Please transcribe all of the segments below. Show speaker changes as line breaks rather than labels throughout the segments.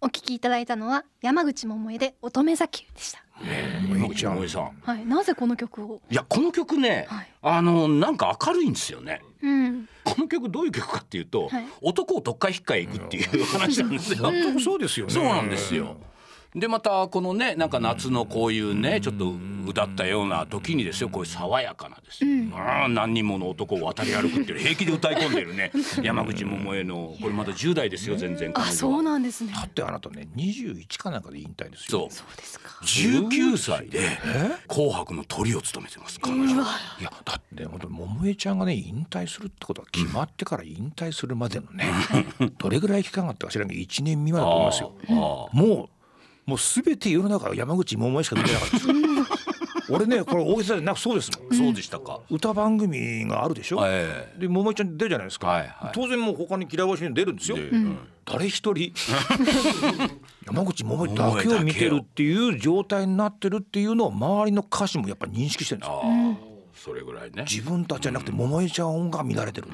お聞きいただいたのは山口百恵で乙女座球でした。
山口百恵さん
はい、なぜこの曲を。
いやこの曲ね、
はい
あのなんか明るいんですよね
うん、
この曲どういう曲かっていうと、
はい
男をどっか引っかへ行くっていう話なんですよ、
うん
そうですよね。
そうなんですよ。でまたこのねなんか夏のこういうねちょっとうだったような時にですよこういう爽やかなですよ、ああ何人もの男を渡り歩くっていう平気で歌い込んでるね山口百恵のこれまだ10代ですよ全然
あ、そうなんですね。
だってあなたね21かなんかで引退ですよ。
そう
そうですか。
19歳で紅白のトリを務めてます彼女
いやだって本当に桃江ちゃんがね引退するってことは決まってから引退するまでのね、どれぐらい期間があったか知らんけど1年未満だと思いますよ。
あ
もうもうすべて世の中は山口百恵しか見てなかったですよ。俺ねこれ大げさじゃなくそうですもん
あ。そうでしたか、
歌番組があるでしょ。
ええ
で桃井ちゃん出るじゃないですか、
はいはい
当然もう他に嫌わしに出るんですよ、
で
誰一人 山口百恵だけを見てるっていう状態になってるっていうのを周りの歌手もやっぱ認識してるんですよ
ああそれぐらいね
自分たちじゃなくて桃井ちゃんが乱れてる、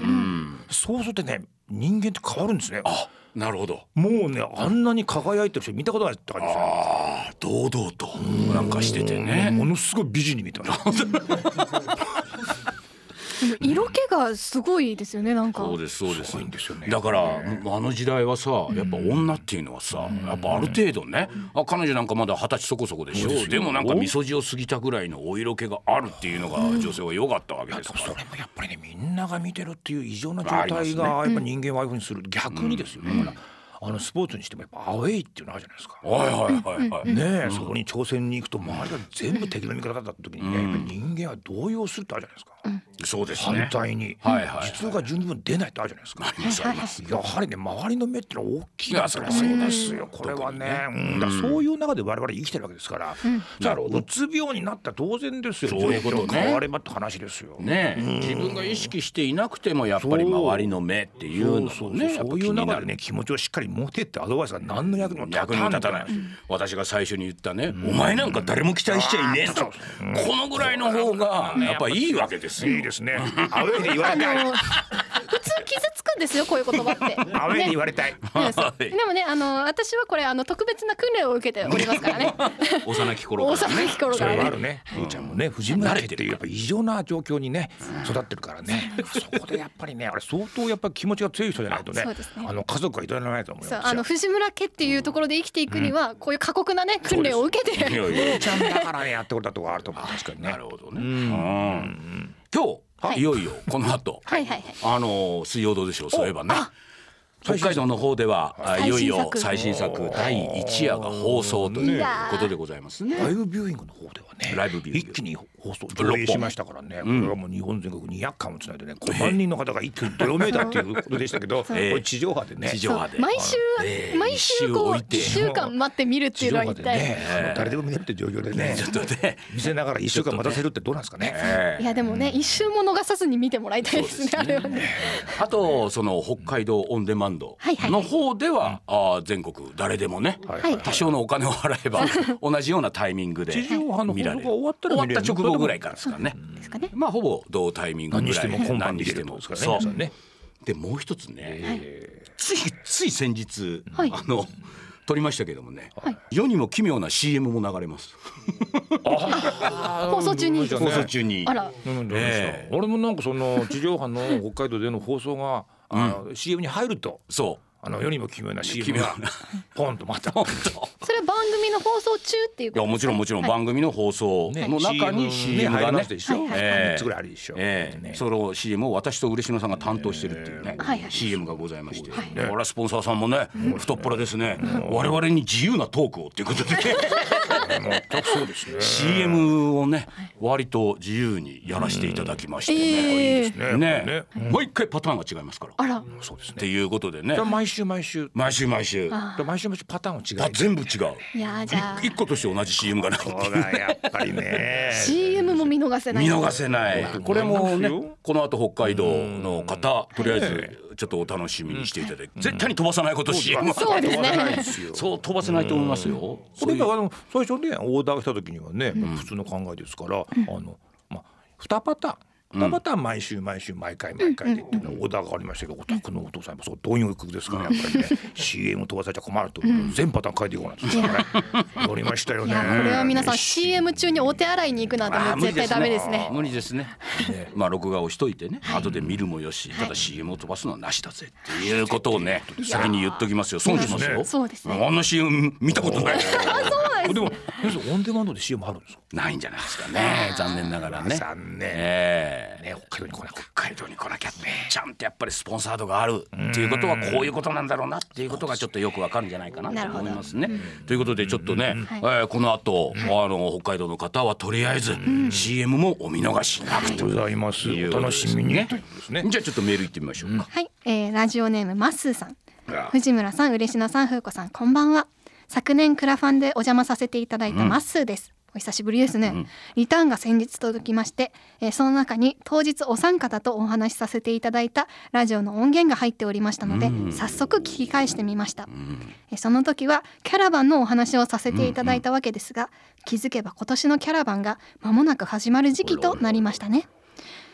そうするとね人間って変わるんですね
あなるほど
もうねあんなに輝いてる人見たことないって感じですね
ああ堂々となんかしててね
ものすごい美人に見て ます
でも色気がすごいですよね。なんか。
そうですそうです
ごいんですよね
だからあの時代はさやっぱ女っていうのはさやっぱある程度ねあ彼女なんかまだ二十歳そこそこでしょでもなんかみそじを過ぎたぐらいのお色気があるっていうのが女性は良かったわけですか
そ
ら
れもやっぱりねみんなが見てるっていう異常な状
あります
態
ね
がやっぱ人間をああいうふうにする逆にですよだからあのスポーツにしてもやっぱアウェイっていうのあるじゃないですか。
はいはいはいはい
ねえそこに挑戦に行くと周りが全部敵の味方だった時にねやっぱり人間は動揺するってあるじゃないですか
そうですね
反対に
はいはいはい
実力が十二分出ないってあるじゃないです
あ
か。
りますあります
やはりね周りの目ってのは大きい
いや
な
そ
と
り
思
ゃそう
い
で
ますす
よ
よこれはね
特
うんだからそういう中で我々生きてるわけですから
な
な
るほ
るほ
ど
どうつ病になったら当然ですよ
そういうことね
状況変わればって話ですよ。
ねえ自分が意識していなくてもやっぱり周りの目っていうの
そ
も
う
ねやっぱ
そう
気
いう
にな
中
る
でね気持ちをしっかり持てってアドバイスが何の役にも
役にも立たない、私が最初に言ったね、お前なんか誰も期待しちゃいねえと、このぐらいの方がやっぱいいわけですよ、
いいですねアウェイで言われたい
あの普通傷つくんですよこういう言葉って。
アウェイで
ね
言われたい
ねそう
はい
でもねあの私はこれあの特別な訓練を受けておりますからね。
幼き頃
大
から
阪
ね
の頃
そ
か
れはあ
らね。
るねふーちゃんもね藤村家っていうやっぱ異常な状況にね育ってるからねそこでやっぱりねあれ相当やっぱり気持ちが強い人じゃないとね
そうですね
あの家族がいられないと思い
そう
ます
あの
よ
藤村家っていうところで生きていくにはこういう過酷なね訓練を受け
い
て。
やいや
ちゃんだからねやってことだとこあると思う確かにね
なるほどね、うん今日、い、よいよこの後
はいはいはい。
あの水曜どうでしょうそういえばね北海道の方では、あい、よいよ最
最新
新作第一夜が放送ということでございますね
ライブビューイングの方ではね
ライブビューイング
一気に放送上映しましたからね、これはもう日本全国200巻をつないでね5万人の方が一気にどよめいたっていうことでしたけど、こ
ええ
れ地上波でね
地上波で
毎週
ええ
毎週こう
一周置いて
一週間待って見るってい
地
うの
上
は
波
一
で
体
ね。、あの誰でも見れるって状況でね
ちょっとね、
見せながら1週間待たせるってどうなんですかね。
ええ
いやでもね一周も逃さずに見てもらいたいですねあれはね。
あとその北海道オンデマンド
はいはい
の方では、あー全国誰でもね、
はい
はい
多少のお金を払え ば同じようなタイミングで
地上波の放
見
送
ら
が
れる
終わったら見れる
終わった直後ぐらいからですからね。
ですかね。
まあほぼ同タイミングぐらい
何しても今晩
何
見
に
れ
し
る
て
ってこ
も
とですから
そう
ね皆さんね
でもう一つね、ついつい先日、
はい
あの撮りましたけどもね、
はい
世にも奇妙な CM も流れます
放送中に
放送中に
あら
うんどうでしょう
ええ
俺もなんかその地上波の北海道での放送が、あの CM に入ると
そう
あの世にも奇妙な CM
奇
が
妙な
ポンと また
本当
それは番組の放送中っていう
い
こ
や
と
もちろんもちろん番組の放送
ね
の中に CM が
入りま
ね
したでしょ。
はいはい
ええ
三つぐらいあるでしょ。
ええ
ね
その CM を私と嬉野さんが担当してるっていうね、
はいはい
CM がございまして、
はい
これはスポンサーさんもね、太っ腹ですね、我々に自由なトークをっていうことで、
全くそうですね。
CM をね割と自由にやらせていただきましてね、
ええ
ね
ねね、
毎回パターンが違いますから、
あ
っ
ら
そうですね。
ていうことでね
じゃあ毎週毎週
毎週毎週あ
毎週毎週パターンは違う。
全部違う
いやーじゃあ。
い 一個として同じ CM がないっていう
そう だやっぱりね
CM も見逃せない
見逃せないこれもねこの後北海道の方とりあえずちょっとお楽しみにしていただいて絶対に飛ばさないこと CM は
そうです
わからない
ね
ですよ。
そう飛ばせないと思いますよ
これだからあの最初ねオーダーした時にはね、普通の考えですから、あのまあ二パターン。またまた毎週毎週毎回毎回でっていうのオーダーがありましたけど、お宅のお父さんもそう貪欲ですからやっぱりね CM を飛ばされちゃ困ると全パターン変えていこうなんですよね乗りましたよ
い
ね
やこれは皆さん CM 中にお手洗いに行くなんても
あー
う
無理
絶対ダメですね。
無理ですね。まあ録画をしといてね、後で見るもよし、ただ CM を飛ばすのはなしだぜっていうことをね、先に言っときますよ。損しますよ。
そうですね
あんな CM 見たことない。
でも皆さんオンデマンドで CM あるんですか
ないんじゃないですかね。残念ながらね。
残念
ええ
ね北海道に来なく
北海道に来なきゃちゃんとやっぱりスポンサードがあるっていうことはこういうことなんだろうなっていうことがちょっとよくわかるんじゃないかな
なる
と
ほど
思いますね。ということでちょっとね、
はい
えーこの後、あの北海道の方はとりあえず CM もお見逃しなくと
ございます
い
お
うこと
楽
です
しみに
ね
ということですね
じゃあちょっとメール行ってみましょうか。
はい、えーラジオネームまっすーさん
あ
藤村さん嬉野さん風子さんこんばんは昨年クラファンでお邪魔させていただいたまっすーです、お久しぶりですね、リターンが先日届きまして、えーその中に当日お三方とお話しさせていただいたラジオの音源が入っておりましたので、早速聞き返してみました、えーその時はキャラバンのお話をさせていただいたわけですが、気づけば今年のキャラバンが間もなく始まる時期となりましたね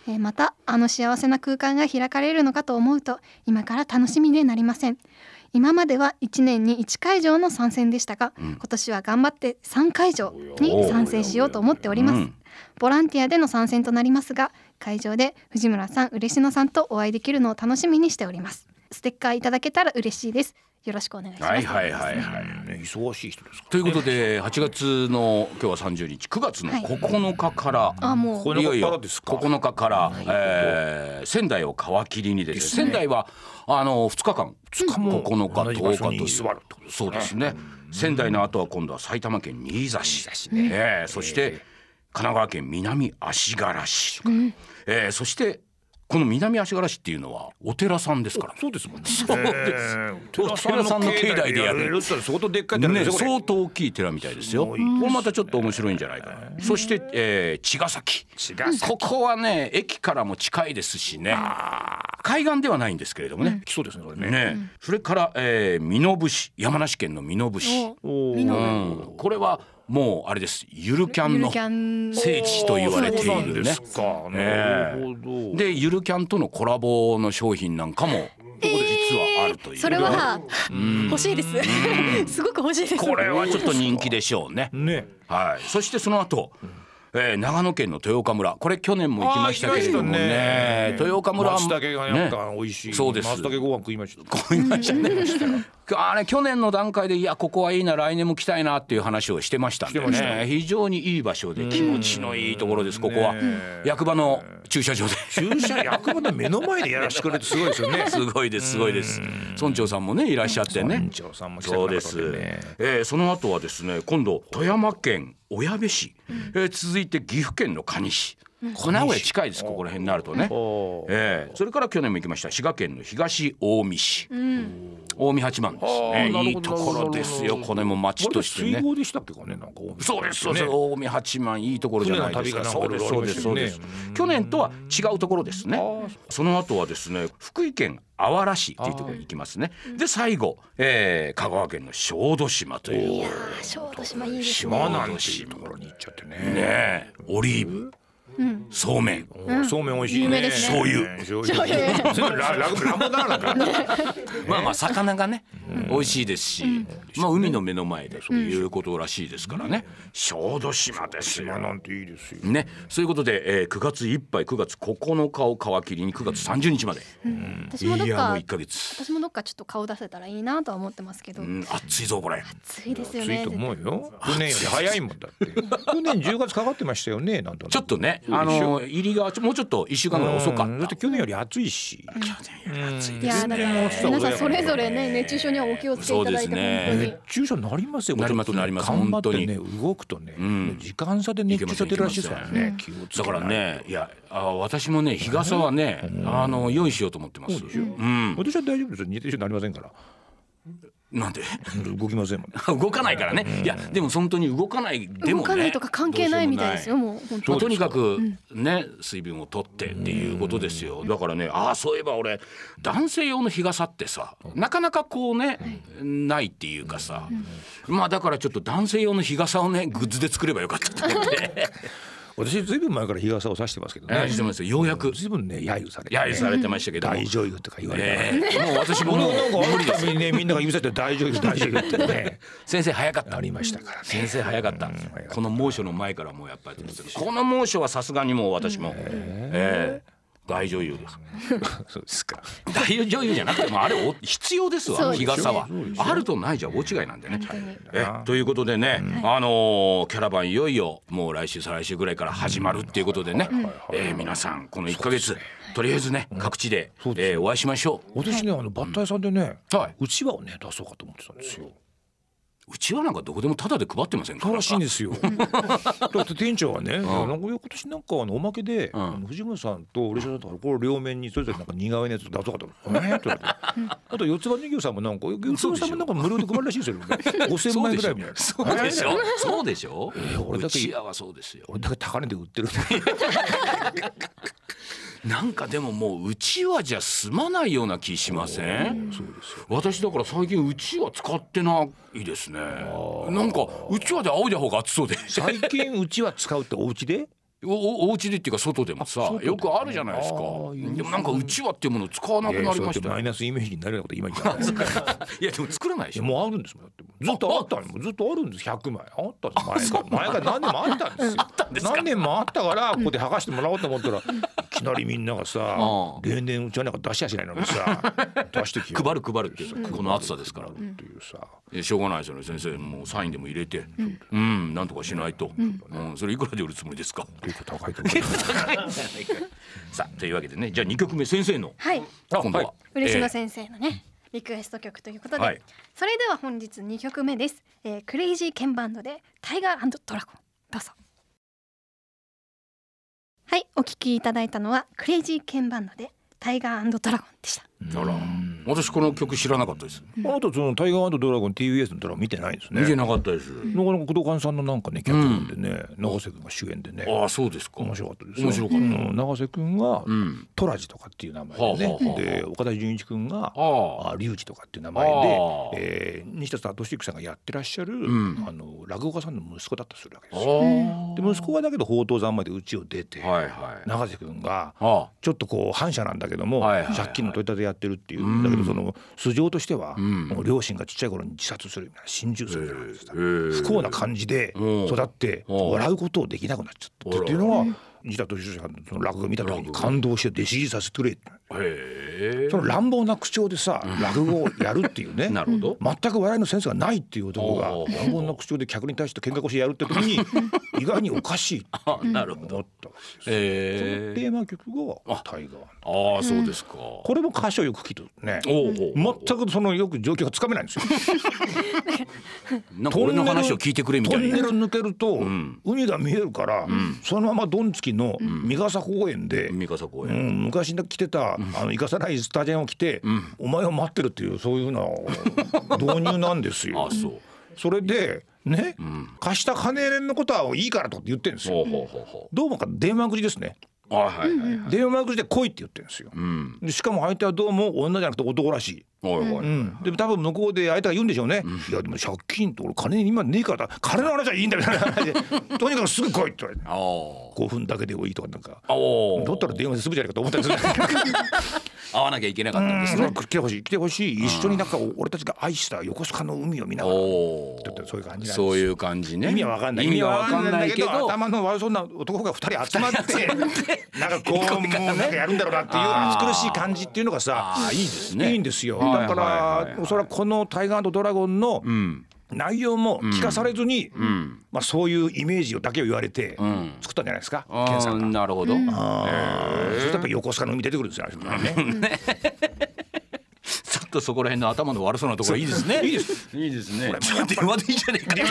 えーまたあの幸せな空間が開かれるのかと思うと今から楽しみでなりません今までは1年に1会場の参戦でしたが、今年は頑張って3会場に参戦しようと思っております、
うん
ボランティアでの参戦となりますが会場で藤村さん嬉野さんとお会いできるのを楽しみにしておりますステッカーいただけたら嬉しいですよろしくお願いします、
はいはいはいはい。
ね忙しい人ですか
ということで8月の今日は30日9月の
はい
9日から、
あもう
これ
いよいよ
9日からですか
9日から、えー仙台を皮切りにですね仙台はあの2日間2日
も
9日
同じ場
10日
所に
という
居座るってことですね
そうですね仙台の後は今度は埼玉県新座市えーそして神奈川県南足柄市、えーそしてこの南足柄市っていうのはお寺さんですから
そうですもんね
そうですお寺さんの境内でやる
るって相当でっかい寺
ね、
ですよ
相
こ
当大きい寺みたいですよ。こ
すご
れ
いですね
またちょっと面白いんじゃないかな。そして、えー、茅ヶ崎。ここはね、駅からも近いですしね。海岸ではないんですけれどもね
れ。来そうですねこれね
ね、それから、えー、身延市、山梨県の身延市。
お
お
う
ー
ん、これはもうあれです。ゆるキャ
ゆ
ン
る
の
キャン
聖地と言われてい
そうなん
る
で
ね
す。かな
え
るほど
で、ゆるキャンとのコラボの商品なんかも。実はあるという。
それは欲しいです すごく欲しいです
これはちょっと人気でしょうね。
ね
はい、そしてその後、えー長野県の豊岡村これ去年も行きましたけれどもね豊岡村は
松茸がなんか美味しい、
そうです
松茸ご飯食いました
思いましたね。 あれ去年の段階でいやここはいいな来年も来たいなっていう話をしてましたんで
してました
ね非常にいい場所で気持ちのいいところですここは
ねえ
役場の駐車場で
駐車役場の目の前でやらしてくれるってすごいですよね
すごいですすごいです村長さんもねいらっしゃってね
村長さんも来てく
そう
れ
で
た
す
わけね、
えーその後はですね今度富山県小矢部市、えー続いて岐阜県の蟹市、これ名古屋近いですここら辺になるとね、
おー
えーそれから去年も行きました滋賀県の東近江市、近江八幡です
あーな
ね
るほど
いいところです
なる
よ
ほど
これも町
これ
と
で
してね
水郷でしたっけかねなんか
そうですそうです、
ね
近江八幡いいところじゃないですかそうで
船
す
の
そう
旅がなんか
ですそ
いろいろありましたよ
う
ね
です去年とは違うところですね
ー
その後はですね福井県あわら市っていうところに行きますねで最後、えー香川県の小豆島というね
あー小豆島いいです
島なんていうところに行っちゃってね
えオリーブ、そうめん
おーそうめん美味しい
有名
ね
です
ね
醤油醤油それラララムダーなんか
まあまあ魚がね、美味しいですし、まあ海の目の前でということらしいですからね、小豆島ですよ
島なんていいですよ
ね、そういうことで、えー、9月いっぱい9月9日を皮切りに9月30日まで、
私もどっ
いやもう
か
1ヶ月、
私もどっかちょっと顔出せたらいいなとは思ってますけど、
うん、暑いぞこれ
暑いですよ
つい
ね
と思うよ去年より早いもんだって 去年10月かかってましたよねなんとなく
ちょっとねあのー入りがちょもうちょっと1週間ぐらい遅かっ
うんだって去年より暑いし
た去年より暑い
い
で
や
す
だか
ね
ら皆さんそれぞれね熱中症にはお気をつけいただいて
そうですね
本当に
熱中症になりますよ
なります
ちょっとね
なります
頑張って
本
ね動くとね、時間差で熱中症出るらしいですからね気をつけ
だ
ない
からねいやあ私もね日傘はね、あの用意しようと思ってますうん
私は大丈夫ですよ熱中症になりませ んから
なんで
動きませんもんね
動かないからね、いやでも本当に動かないで
動
もね
かないとか関係ないみたいですよもう本当
まあ、とにかくね、水分を取ってっていうことですよだからねああそういえば俺男性用の日傘ってさなかなかこうね、ないっていうかさ、まあだからちょっと男性用の日傘をねグッズで作ればよかったと思って
私ずいぶん前から日傘を差してますけど
えー
ね
してますよようやく
ずいぶんね揶揄されてね
揶揄されてましたけども
大女優とか言われて、
ええもう私も
俺
も
もなんか
う無
あ
理
る
で
た
す
びにねみんなが指さして大女優大女優ってね
先生早かった
ありましたからね
先生早かった
うん
この猛暑の前からもうやっぱりこの猛暑はさすがにもう私もええ大女優です
そうですか
大女優じゃなくてもあれお必要で
そ
す
う
わ
です
日
ね
傘はあるとないじゃ大違いなんでね
当に。
えということでね、あのーキャラバンいよいよもう来週再来週ぐらいから始まるっていうことでね、えー皆さんこの1ヶ月、とりあえずね各地で、
そうです
えーお会いしましょう。
私ねあのバッタ屋さんでね、
はいう
ちわをね出そうかと思ってたんですよ
うちはなんかどこでもタダで配ってませんか
そうらしいんですすよ。だって店長はね、なんか今年なんかあのおまけで、
ん
あの藤村さんと俺さんとこれ両面にそれぞれなんか似顔絵のやつ出そうかと思って。えーって言われてあと四つ葉人形さんもなんか四つ葉さんもなんか無料で配るらしいですよ。五千枚ぐらいみたいな。
そうでしょそうでしょ、
えー俺
う
だけ
ちはそうですよ
俺だけ高値で売ってる。
なんかでももううちわじゃ済まないような気しません
そうですよ。
私だから最近うちわ使ってないですねなんかうちわで仰いだ方が熱そうで
最近うちは使うってお家で。
おおお家でっていうか外でもさ
外で
よくあるじゃないですか
あーいいですね
でもなんかうちわっていうものを使わなくなりまし
いやいやそうやって
た
マ
よ
イナスイメージになるようなこと今言ったない。
いやでも作らないで
い
し
や
ょ
もうあるんですもんだってずっとあったのもうずっとあるんです100枚あったんです前から前から何年もあったんですよ何年もあったからここで剥がしてもらおうと思ったらいきなりみんながさ
う
例年うちはなんか出しやしないの にさ出してきよ
配る配るっていうこの暑さですから
うっていうさ
いやしょうがないですよね先生もうサインでも入れてうん、なんとかしないと、うん、それいくらで売るつもりですか
結構高いと思う
さあというわけでねじゃあ2曲目先生の
はい
今度は、
嬉野
え
先生のね、リクエスト曲ということで、
はい
それでは本日2曲目です、えークレイジーケンバンドでタイガードラゴンどうぞはいお聞きいただいたのはクレイジーケンバンドでタイガードラゴンでした
ーあら私この曲知らなかったです、
あとその「タイガードラゴン」TBS のドラマ見てないんですね
見て
な
なかったです、
かなか工藤勘さんのなんかね脚本でね永瀬君が主演でね
ああそうですか
面白かったですよ
面白かった、
うん永瀬君が
うん
トラジとかっていう名前で
はあはあは
ね
あ
で岡田准一君が
ああ
あリュウジとかっていう名前で
あー、
えー、西田さんとしさんがやってらっしゃる、
ん
あの落語家さんの息子だったりするわけですよ。
あ
で息子はだけど宝刀山まで家を出て、
あはいはい
永瀬君が
あ
ちょっとこう反社なんだけども、
はいはいはい
借金の取り立てやってるっていう、
うん
だけどその素性としては、
ん
もう両親がちっちゃい頃に自殺するみたいな心中するみたいなです
へー
不幸な感じで
うん
育って
うん
笑うことをできなくなっちゃったっていうのは西田敏行さんのその落語を見た時に感動して弟子入りさせてくれって。
あへえ
その乱暴な口調でさ落語をやるってい うね
なるほど
全く笑いのセンスがないっていう男が
おー
乱暴な口調で客に対して喧嘩腰やるって時に意外におかしいって
あなるほど
思ったわけですその
へ
テ
え
ーマ曲が「タイガー」
ああそうですか、
これも歌詞をよく聞くとね
おうおう
全くそのよく状況がつかめないんですよ。
なんか俺の話を聞いてくれみた
ト
い
ンネ
な
ル抜けると
ん
海が見えるからそのままドンつきの三笠公園で
三笠公
う
園、
ん、昔着てた、あの生かさないスタジャンを着て、お前を待ってるっていうそういうような導入なんです
あ
よ
あ。そう
それでね、貸した金のことはいいからとかって言ってるんですよ。
ほうほうほうほ
どうもか電話口ですね。
うあはいはいはい、
電話口で来いって言ってるんですよ。
うん
でしかも相手はどうも女じゃなくて男らしい。
おいおい、
うん、で多分向こうで相手が言うんでしょうね、いやでも借金と俺金今ねえからだ金の話はいいんだみたいな 話でとにかくすぐ来いって言われて
ああ
5分だけでもいいとかなんか
あお
だったら電話ですぐじゃないかと思ったりするんだけど
会わなきゃいけなかったんですね、
来てほしい来てほしい一緒になんか俺たちが愛した横須賀の海を見ながら
おお
ちょっとそういう感じなんです
そういう感じね
意味は分かんない
意味は分かんないけど
意味は分かんないけど頭の悪そうな男が二人集まって なんかこうもうなんかやるんだろうなっていう
あ
暑
ー
苦しい感じっていうのがさ
ああいいですね
いいんですよ
はい
だ
は
か
いはいは
ら
い
おそらくこの「タイガードラゴン」の
うん
内容も聞かされずに
ん
まあそういうイメージをだけを言われて
ん
作ったんじゃないですか
あ
健さん
ー
が。
なるほど、
あーそしてやっぱ横須賀の海出てくるんですよあれね
ちょっとそこら辺の頭の悪そうなところいいですね。いいです。いいですね。ちょっと電話でいいじゃねえか。電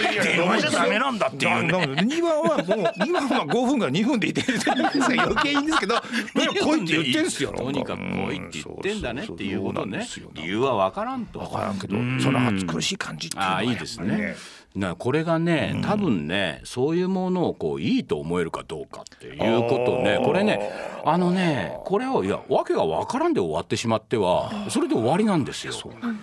話じゃダメなんだっていうね。
2番はもう2番は5分から2分でいてるって言うん ですが余計いいんですけど「いや来い」って言ってんすよ
とにかく来いって言ってんだねっていうこと
そうなんで
ね
すよ。
理由はわからんと。
分からんけどその暑苦しい感じっていうの
あ
は
あい
やっ
い
ぱ
で
り
すね。なこれがね多分ね、そういうものをこういいと思えるかどうかっていうことね
あー
これねあのねこれをいや訳が分からんで終わってしまってはそれで終わりなんですよ。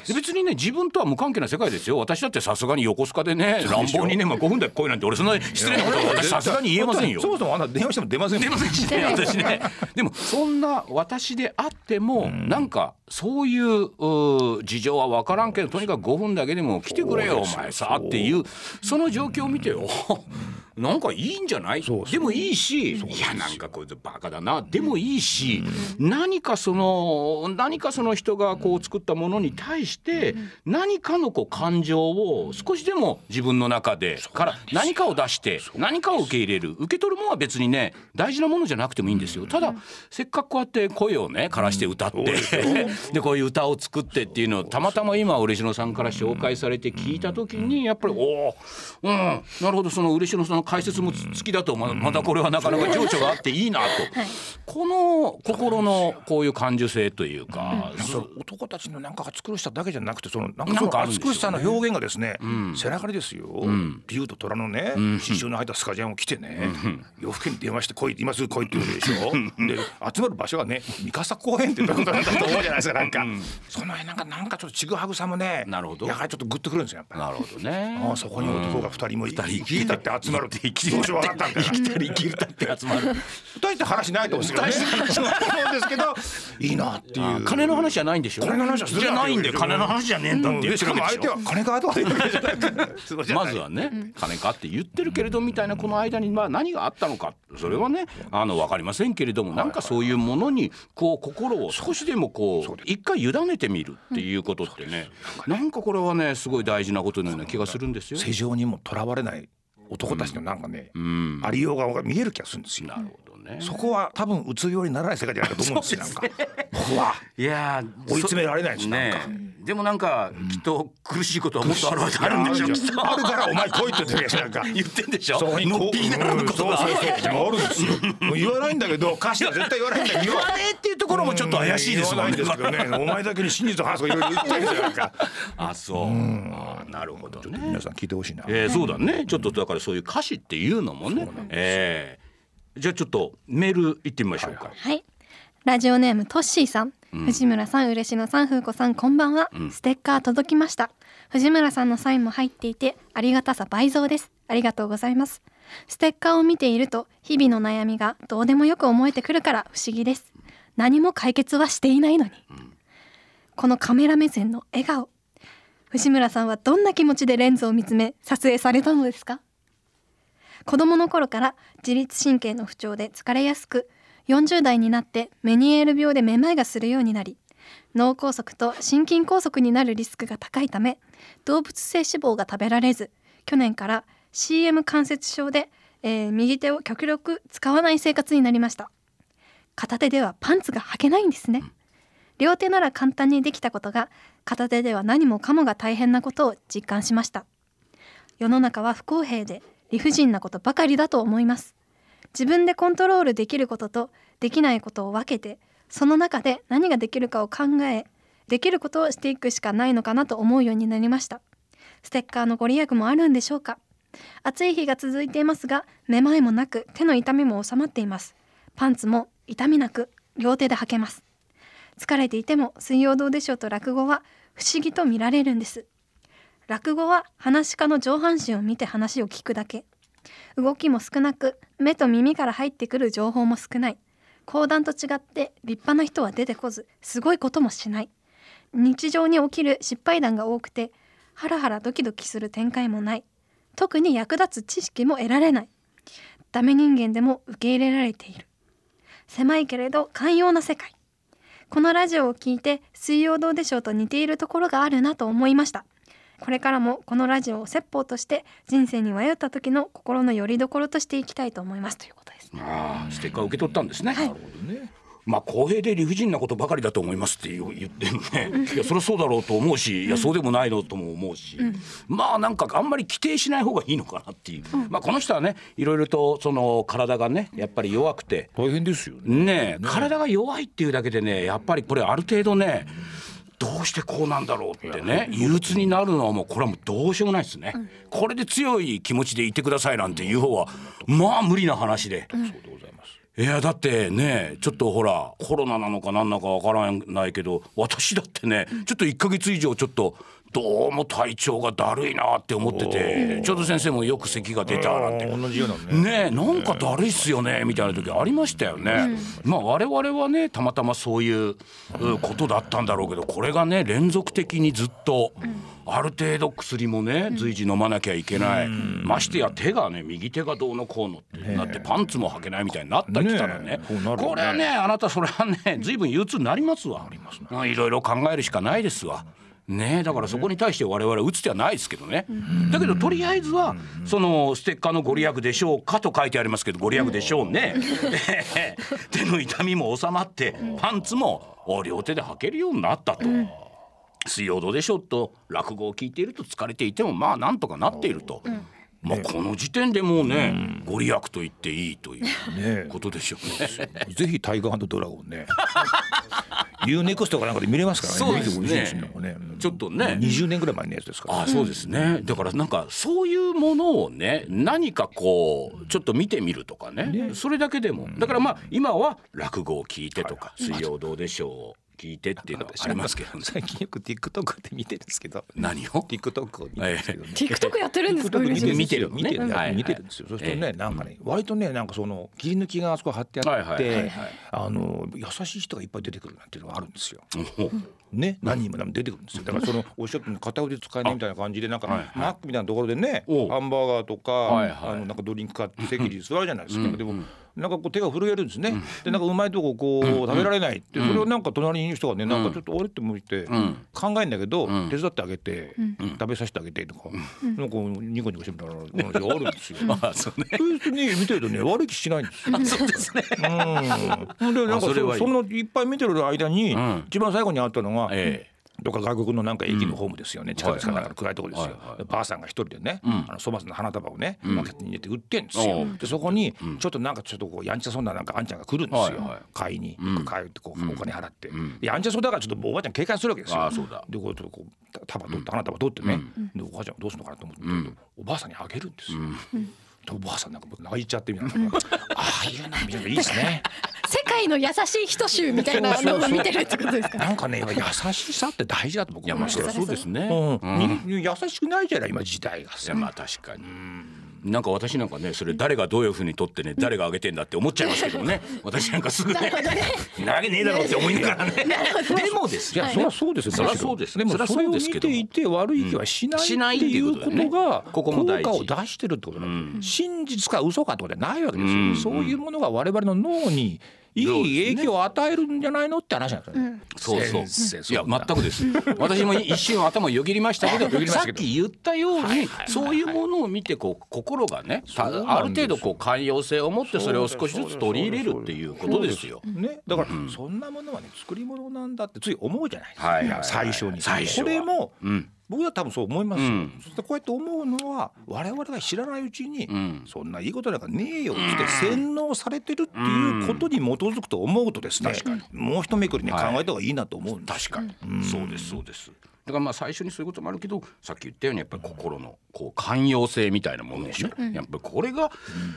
で別にね自分とは無関係な世界ですよ私だってさすがに横須賀でね乱暴にね、まあ、5分で来いなんて俺そんな失礼なこと私さすがに言えませんよ
そ。もそもあんな電話しても出ませんも
出ま
ん
せんしね私ね でもそんな私であっても、なんかそういううー事情は分からんけどとにかく5分だけでも来てくれよ
そう
お
ですよ
前さっていうその状況を見てよなんかいいんじゃない
そうそう
でもいいしいやなんかこいつバカだなでもいいし、何かその何かその人がこう作ったものに対して何かのこう感情を少しでも自分の中でから何かを出して何かを受け入れる受け取るものは別にね大事なものじゃなくてもいいんですよただせっかくこうやって声をねからして歌って でこういう歌を作ってっていうのをたまたま今嬉野さんから紹介されて聞いた時にやっぱりおおうんなるほどその嬉野さんの解説も好きだとままたこれはなかなか情緒があっていいなとこの心のこういう感受性というか
なんか男たちのなんか暑苦しさだけじゃなくてそのなんか
な
そ
んか
の
あるんで
暑
すよね
苦しさの表現がですね、背中にですよ、竜と虎のね刺繍の入ったスカジャンを着てね、洋服に電話して来い今すぐ来いって言うでしょで集まる場所がね三笠公園っていうことなんだと思うじゃないですかなんか、その辺なんかなんかちょっとちぐはぐさもね
なるほど
やはりちょっとグッとくるんですよやっぱり。
なるほどね
ああそこに男が二人もいた生きたって集まるって生きたったみたいな
たり生きるたって集まる
大した話ないと思うんですけどねそうですけど いいなっていう
金の話じゃないんでしょ
金の話はする
じゃないんだよ金の話じゃねえんだって言って
し
る
か
わけ
も
でし
相
ょ
手は金かとか言ってるわけじゃないから
まずはね金かって言ってるけれどみたいなこの間にまあ何があったのかそれはねあの分かりませんけれどもなんかそういうものにこう心を少しでもこう一回委ねてみるっていうことってねなんかこれはねすごい大事なことのような気がするんですよ。
世情にもとらわれない男たちのなんかね、ありようが見える気がするんですよ
なるほどね
そこは多分うつ病にならない世界じゃないかと思うんですよなんかほわ
いやー
追い詰められないしなんか
ねえでもなんかきっと苦しいことはもっとあるわけあるんでしょきっと
あるからお前来いって言ってるやつなんか
言ってんでしょ
そこに
のっぴーならぬことがあるわけ
うんそうそうそうあるんですよもう言わないんだけど歌詞は絶対言わないんだけど
言わねえっていうところもちょっと怪しいですもんね
言わないんですけどねお前だけに真実を話すとかいろいろ言ってるんですよなんか
あそうあなるほどね
皆さん聞いてほしいな
えー、そうだね、ちょっとだからそういう歌詞っていうのもね、えーじゃあちょっとメール行ってみましょうか、
はい。ラジオネームトッシーさん、藤村さん、嬉野さん、風子さん、こんばんは。ステッカー届きました。藤村さんのサインも入っていて、ありがたさ倍増です。ありがとうございます。ステッカーを見ていると、日々の悩みがどうでもよく思えてくるから不思議です。何も解決はしていないのに。このカメラ目線の笑顔。藤村さんはどんな気持ちでレンズを見つめ撮影されたのですか子供の頃から自律神経の不調で疲れやすく40代になってメニエール病でめまいがするようになり脳梗塞と心筋梗塞になるリスクが高いため動物性脂肪が食べられず去年から CM 関節症で、えー右手を極力使わない生活になりました片手ではパンツが履けないんですね、両手なら簡単にできたことが片手では何もかもが大変なことを実感しました世の中は不公平で理不尽なことばかりだと思います自分でコントロールできることとできないことを分けてその中で何ができるかを考えできることをしていくしかないのかなと思うようになりましたステッカーのご利益もあるんでしょうか暑い日が続いていますがめまいもなく手の痛みも収まっていますパンツも痛みなく両手で履けます疲れていても水曜どうでしょうと落語は不思議と見られるんです落語は話し家の上半身を見て話を聞くだけ動きも少なく目と耳から入ってくる情報も少ない講談と違って立派な人は出てこずすごいこともしない日常に起きる失敗談が多くてハラハラドキドキする展開もない特に役立つ知識も得られないダメ人間でも受け入れられている狭いけれど寛容な世界このラジオを聞いて水曜どうでしょうと似ているところがあるなと思いましたこれからもこのラジオを説法として人生に迷った時の心の拠り所としていきたいと思いますということです
ああステッカー受け取ったんですね、
はい
まあ公平で理不尽なことばかりだと思いますっていう言ってるねいやそれはそうだろうと思うしいやそうでもないのとも思うし、まあなんかあんまり規定しない方がいいのかなっていう、まあこの人はねいろいろとその体がねやっぱり弱くて
大変ですよね
ねえ体が弱いっていうだけでねやっぱりこれある程度ねどうしてこうなんだろうってね憂鬱になるのはもうこれはもうどうしようもないですね、これで強い気持ちでいてくださいなんていう方はまあ無理な話で、
そうでございます
いやだってねちょっとほらコロナなのかなんなのかわからないけど私だってねちょっと1ヶ月以上ちょっとどうも体調がだるいなって思っててちょうど先生もよく咳が出たなんて
あー同じようなのね
ねえなんかだるいっすよねみたいな時ありましたよね、まあ我々はねたまたまそういううことだったんだろうけどこれがね連続的にずっと、ある程度薬もね随時飲まなきゃいけない、ましてや手がね右手がどうのこうのってなってパンツも履けないみたいになったりしたらね
ねえこうなるよね
これはねあなたそれはね随分憂鬱になりますわうんいろいろ考えるしかないですわ。ねえだからそこに対して我々打つ手はないですけどね、だけどとりあえずはそのステッカーのご利益でしょうかと書いてありますけどご利益でしょうね、ええ 手の痛みも収まってパンツもお両手で履けるようになったと。水曜どうでしょうと落語を聞いていると疲れていてもまあなんとかなっていると、まあこの時点でもうね、ご利益と言っていいという
え
ことでしょうね。
ぜひタイガードラゴンね ユーネクストかなんかで見れますからね
そうですね
見てもいいしなんかね
ちょっとね
20年ぐらい前のやつですから
あそうですね、だからなんかそういうものをね何かこうちょっと見てみるとかねそれだけでもだからまあ今は落語を聞いてとか「水曜どうでしょう」を聞いてっていうのはありますけどね
最近よく TikTok で見てるんですけど
何を
TikTok を見てるんですけどね、
TikTok やってるんですか
TikTok
嬉しいです
見てるのね
見てる,、
はいはい
見てるんですよ。そしてね、なんかね、割とね、なんかその切り抜きがあそこ貼ってあって、
はいはいはいはい
あの優しい人がいっぱい出てくるなんていうのがあるんですよ。
お
ね、何人も何人も出てくるんですよ。だからそのおっしゃったように片腕使えないみたいな感じでなんか
はいはい
マックみたいなところでね、
おう
ハンバーガーとか、
はいはい
あのなんかドリンク買って席に座るじゃないですか。でもなんかこう手が震えるんですね。でなんかうまいとここう食べられないって、それをなんか隣にいる人がね、なんかちょっと俺って向いて
ん
考えんだけど、
ん
手伝ってあげて、食べさせてあげてとか、なんかニコニコしてみたいな話があるんですよ。
あそうね
そういう人ね見てるとね悪い気しないんですよ。
そうですね
うん。でなんか
あそ
そ
れはいい
そのいっぱい見てる間に、
うん
一番最後にあったのが、
え
どっか外国のなんか駅のホームですよね、地下鉄かなんかの暗いところですよ、
はいはい
ばあさんが一人でね、
ん
あのそばの花束をね、
ん
バケツに入れて売ってんですよ、
おう
でそこにちょっとなんかちょっとこうやんちゃそうななんかあんちゃんが来るんですよ、
はいはい
買いに、
うん
買いってこうお金払って、
ん
でやんちゃそうだからちょっとおばあちゃん警戒するわけですよ
あそうだ
でこうちょっとこうた束取って花束取ってね、でおばあちゃんどうするのかなと思って、おばあさんにあげるんですよ、でおばあさんなんかもう泣いちゃってみたいな、ああいうの見るのいいですね
世界の優しい人集みたいなのを見てるってことですか
なんかね優しさって大事だと僕
いや
思い
まあ
ます
そりゃ
よ
そうですね、
うんに優しくないじゃない今時代が
い
さ
やまあ確かに。なんか私なんかねそれ誰がどういうふうに取ってね誰が上げてんだって思っちゃいますけど もね私なんかすぐね「なわけねえだろ」って思 いながらねでもです
いや、
よ
そりゃそうですよ。
そりゃ
むしろ
そうです
でも
そりゃ
そ
そ
れを
うで
見
すけど
ていて悪い気はしな
うんしない
い
っ
ってて
い
いう
こ
う
だ
こと
よね
とが
ここ
効
も大事
果を出してるってことだね。真実か嘘かってことはないわけで
う
すよ。
ん
そういうものが我々の脳にいい影響を与えるんじゃないのって話なんですよね。
そうそう
先生
いや全くです私も一瞬頭よぎりましたけ
よ
ど
ぎりまし
さ
た
っ
けど
き言ったようにそういうものを見てこう心がねた
そうなんですよ
ある程度こう寛容性を持ってそれを少しずつ取り入れるっていうことですよ。
ね、だからそんなものはね作り物なんだってつい思うじゃないですか、
はいはいはい
最初に
最初は
これも、
うん
僕は多分そう思いますよ、
うん
そしてこうやって思うのは我々が知らないうちに、
ん
そんないいことなんかねえよって洗脳されてるっていうことに基づくと思うとですね、もう一めくりね、
はい
考えた方がいいなと思うんです
確かに、そうですそうですだからまあ最初にそういうこともあるけどさっき言ったようにやっぱり心のこう寛容性みたいなものをねやっぱりこれが、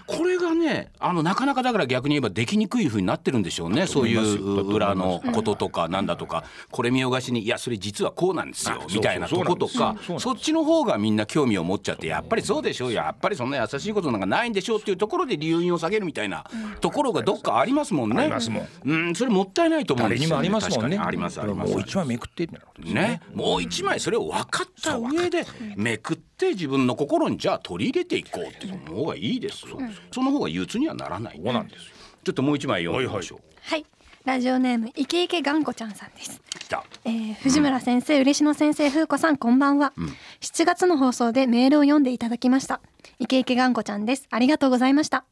これがねあのなかなかだから逆に言えばできにくいふうになってるんでしょうねそうい
だと思います
う
よ
裏のこととかなんだとかこれ見よがしにいやそれ実はこうなんですよ
あ
みたいなとこと
そうそうそうな
か
んですよ
そっちの方がみんな興味を持っちゃってやっぱりそうでしょうやっぱりそんな優しいことなんかないんでしょうっていうところで理由を下げるみたいなところがどっかありますもんね。
ありますもん
うん、それもったいないと思うん
誰
です
に
よ、ね。
もありますもん
確
ね
かにありますあります。
もう一枚めくってみたいなことですね
ね、もう一枚それを分かった上でめくって自分の心にじゃあ取り入れていこうっていうの方がいいですよ、その方が憂鬱にはならない
そうなんですよ
ちょっともう一枚読んでみましょう、
はいラジオネームイケイケがんこちゃんさんです
来た
えー藤村先生、嬉野先生、風子さん、こんばんは、7月の放送でメールを読んでいただきました。イケイケがんこちゃんです。ありがとうございました。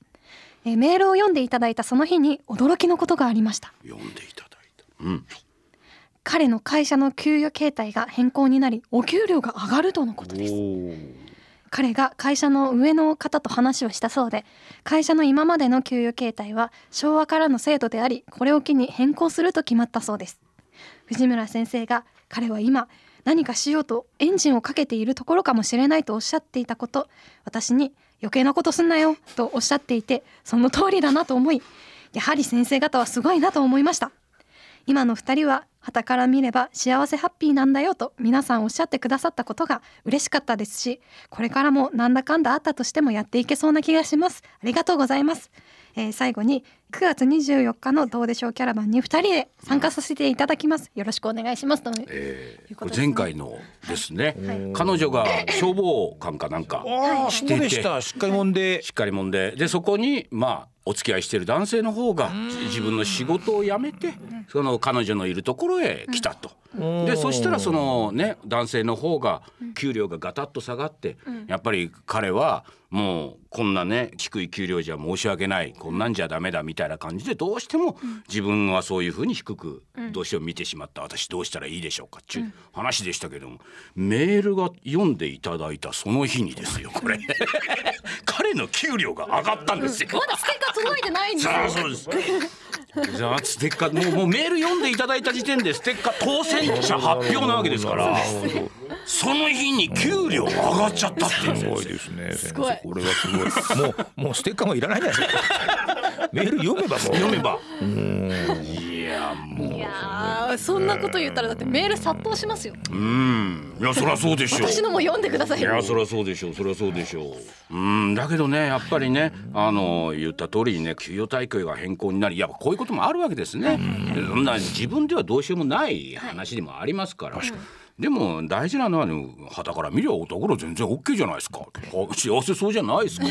えーメールを読んでいただいたその日に驚きのことがありました。
読んでいただいたうん
彼の会社の給与形態が変更になり、お給料が上がるとのことです。彼が会社の上の方と話をしたそうで、会社の今までの給与形態は昭和からの制度であり、これを機に変更すると決まったそうです。藤村先生が彼は今何かしようとエンジンをかけているところかもしれないとおっしゃっていたこと私に余計なことすんなよとおっしゃっていてその通りだなと思いやはり先生方はすごいなと思いました今の二人は傍から見れば幸せハッピーなんだよと皆さんおっしゃってくださったことが嬉しかったですしこれからもなんだかんだあったとしてもやっていけそうな気がしますありがとうございます、えー最後に9月24日のどうでしょうキャラバンに二人で参加させていただきますよろしくお願いしますという
えー
こ
こ
で
とれ
すね
前回のですね、
はい
彼女が消防官かなんか
ああ、
し
そ
て
う
て
でした。しっかりもんで
し。っかりもんででそこにまあお付き合いしてる男性の方が自分の仕事を辞めてその彼女のいるところへ来たと。でそしたらそのね男性の方が給料がガタッと下がって、やっぱり彼はもうこんなね低い給料じゃ申し訳ないこんなんじゃダメだみたいな感じでどうしても自分はそういうふうに低くどうしても見てしまった私どうしたらいいでしょうかっていう話でしたけどもメールが読んでいただいたその日にですよこれ彼の給料が上がったんですよ。
まだステッカー届いてないんですよ
さあそうです。じゃあステッカーもうもうメール読んでいただいた時点でステッカー当選者発表なわけですからその日に給料上がっちゃったっていうんです
す
よ
ごいですね。す
ごい
これはすごい。も う、もうステッカーもいらないんじゃないですか。メール読めばもう。
読めばいやも
いやーそんなこと言ったらだってメール殺到しますよ
ううんいやそりゃそうでしょう
私のも読んでください
いやそりゃそうでしょうそりゃそうでしょううんだけどねやっぱりねあの言った通りにね給与体系が変更になりやっぱこういうこともあるわけですねそんな自分ではどうしようもない話でもありますから、でも大事なのはね肌から見りゃおら全然 OK じゃないですかあ幸せそうじゃないです か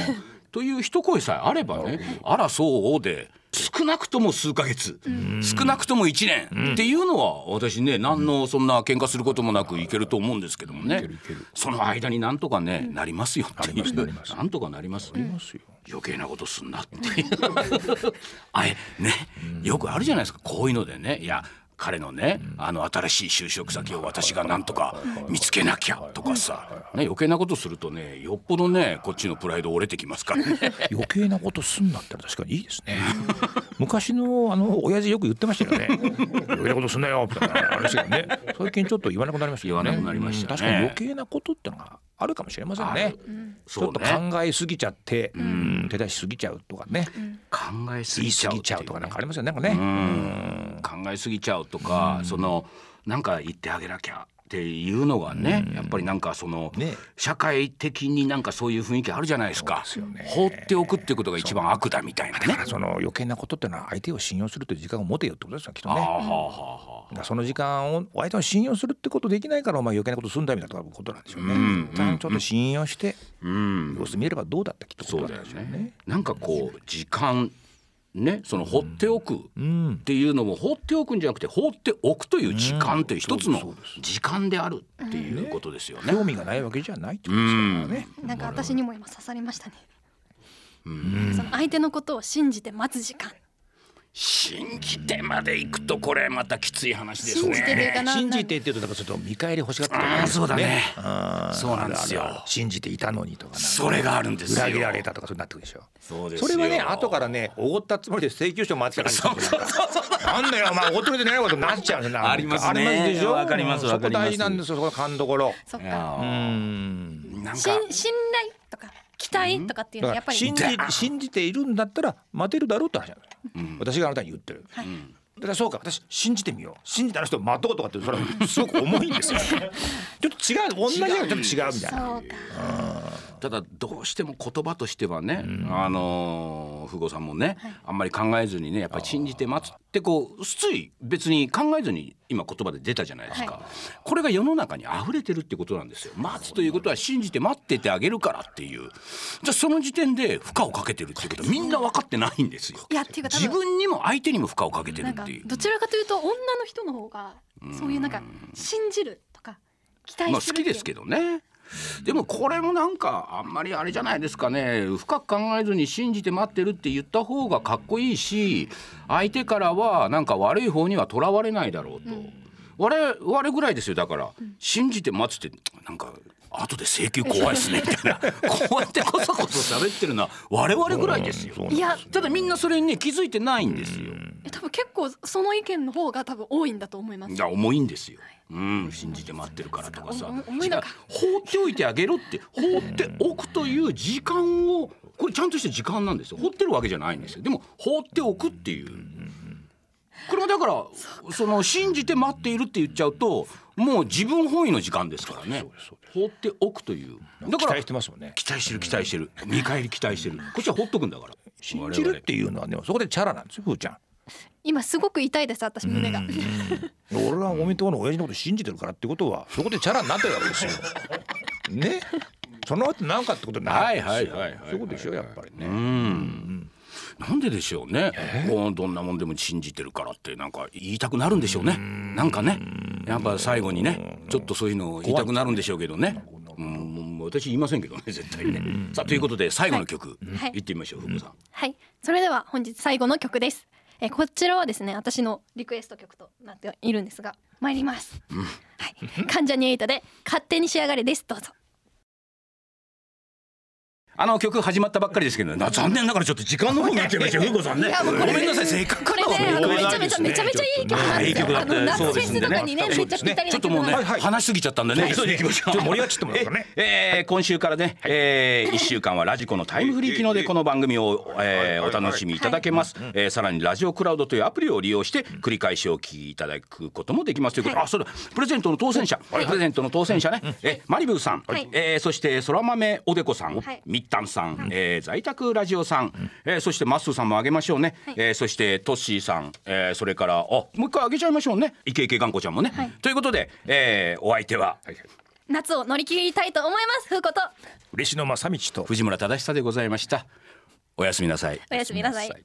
という一声さえあればねあらそうで少なくとも数ヶ月、少なくとも1年っていうのは私ね何のそんな喧嘩することもなくいけると思うんですけどもねその間になんとかねなりますよっていうなんとかなります余計なことすんなっていうあれねよくあるじゃないですかこういうのでねいや彼のね、あの新しい就職先を私がなんとか見つけなきゃとかさ、ね、余計なことするとねよっぽどねこっちのプライド折れてきます からね。
余計なことすんなったら確かにいいです ね。昔のあの親父よく言ってま したよね。余計なことすんなよみたいなあれですよね。最近ちょっと言わなくなりましたよね。
言わなくなりましたね
うん確かに余計なことってのがあるかもしれません
あ
ね
る。
ちょっと考えすぎちゃって、うん手出しすぎちゃうとかね、
考えす
言
ぎ
い
ち
す
ゃう
ぎ
って
ちゃ
いうう
とか
ね
なんかありますよね。なんかね。
考えすぎちゃうとか、そのなんか言ってあげなきゃっていうのがね、やっぱりなんかその、
ね
社会的になんかそういう雰囲気あるじゃないですか
そうです
放
よね
っておくってことが一番悪だみたいなね。
その余計なことってのは相手を信用するという時間を持てよってことですよきっと
あーは
ね。
あはあはあ
だからその時間を相手を信用するってことできないからお前余計なことすんだみたいなことなんでしょうね。
うん
一旦ちょっと信用して
うん
様子見ればどうだってきっとこ
そう
と
だ
な
よ
んでしょう
ね
ね。。
なんかこう時間ねその放っておくっ
うん。
ていうのも放っておくんじゃなくて放っておくという時間という一つ
うんそう
の
で
時間であるっていうことですよね。
興味がないわけじゃないってことですからね。
なんか私にも今刺さりましたねその相手のことを信じて待つ時間
信じてまで行くとこれまたきつい話です
信じてる
ね。
かな
信じてっていうとなんかちょっと見返り欲しがってると
あ
か
ーそうだね
あー
そうなんですよ
あるある信じていたのにとかなんか
それがあるんですよ。
裏切られたとかそうなってくるでしょ。
そうです
そ
よ。
れはね後からねおごったつもりで請求書回ってきた感じなんだよお前おごっといてないことになっちゃうよなんか
ありますね
ありますでしょ
わかります
うん
わかります
そこ大事なんですよそこの勘どころ
そっ
い
か
やー
うん
なん
信
か
信頼とか期待とかっていうの
だ
は
か
やっぱ
ら
り
信じ信じているんだったら待てるだろうって話なのよ、私があなたに言ってる、だからそうか私信じてみよう信じたら人を待とうとかってそれはすごく重いんですよちょっと違う同じだけどちょっと違うみたい
そう
な
か
ただどうしても言葉としてはね、あのー富豪さんもね、あんまり考えずにねやっぱり信じて待つってこうつい別に考えずに今言葉で出たじゃないですか、
は
これが世の中に溢れてるってことなんですよ待つということは信じて待っててあげるからっていうじゃあその時点で負荷をかけてるっていうことみんな分かってないんですよ
いやっていうか多
自
分
分にも相手にも負荷をかけてる
なん
っ
か
ていう
どちらかというと女の人の方がそういうなんか信じるとか期待
まあ
す
好
る
きですけどね。でもこれもなんかあんまりあれじゃないですかね深く考えずに信じて待ってるって言った方がかっこいいし相手からはなんか悪い方にはとらわれないだろうと、我々ぐらいですよだから、信じて待つってなんか後で請求怖いです ねみたいなこうやってこそこそ喋ってるのは我々ぐらいですよ
そうなん
いや
ただみんなそれにね気づいてないんですよ
え多分結構その意見の方が多分多いんだと思います
だから重いんですよ、うん、信じて待ってるからとかさ
おお重いのか
違う放っておいてあげろって放っておくという時間をこれちゃんとした時間なんですよ放ってるわけじゃないんですよでも放っておくっていうこれはだからその信じて待っているって言っちゃうともう自分本位の時間ですからね放っておくというだ
期
から
待してますもんね
期待してる期待してる見返り期待してるこっちは放っとくんだから
信じるっていうのはねそこでチャラなんですよふーちゃん
今すごく痛いです私胸が
俺はおめとうの親父のこと信じてるからってことはそこでチャラになってるわけですよねその後なんかってことになるんですよ
はいはいはいはいはい
そういうことでしょやっぱりね、
うんなんででしょうね、こうどんなもんでも信じてるからってなんか言いたくなるんでしょうねなんかねやっぱ最後にねちょっとそういうのを言いたくなるんでしょうけどねうんもう私言いませんけどね絶対ねさあということで最後の曲、
はい
い、ってみましょう福子さん、
はいそれでは本日最後の曲ですえーこちらはですね私のリクエスト曲となっているんですが参ります、はい、関ジャニエイトで勝手に仕上がれですどうぞ
あの曲始まったばっかりですけど、な残念ながらちょっと時間の方になっちゃいましたよ、ふうこさんね。ごめんなさい、せっかく
これねあのめちゃめちゃめちゃめちゃいい曲なん
いい
です
曲
よ
だ
あ
った
の
よ
夏
そう
フェ
です
ス
ね
とかにねめっちゃぴったりな
ちょっと
曲
もう
なんで
ね、話しすぎちゃったんでね、急いで行きましょう。
ちょっと盛り上がっちゃってもらうからね
えー今週からね、え1週間はラジコのタイムフリー機能でこの番組を、えー
はいはいは
お
い
楽しみいただけます、えーさらにラジオクラウドというアプリを利用して繰り返しお聞きいただくこともできますということ、あそうだプレゼントの当選者、プレゼントの当選者ね、えーマリブーさん、
はい
えーそしてそら豆おでこさん、
はい
みったんさん、えー在宅ラジオさん、えーそしてまっすーさんもあげましょうね、えーそしてトッシーさん、えーそれからあもう一回あげちゃいましょうねイケイケがんこちゃんもね、ということで、えーお相手は
夏を乗り切りたいと思いますふうこと
嬉野正道と
藤村忠久でございましたおやすみなさい
おやすみなさい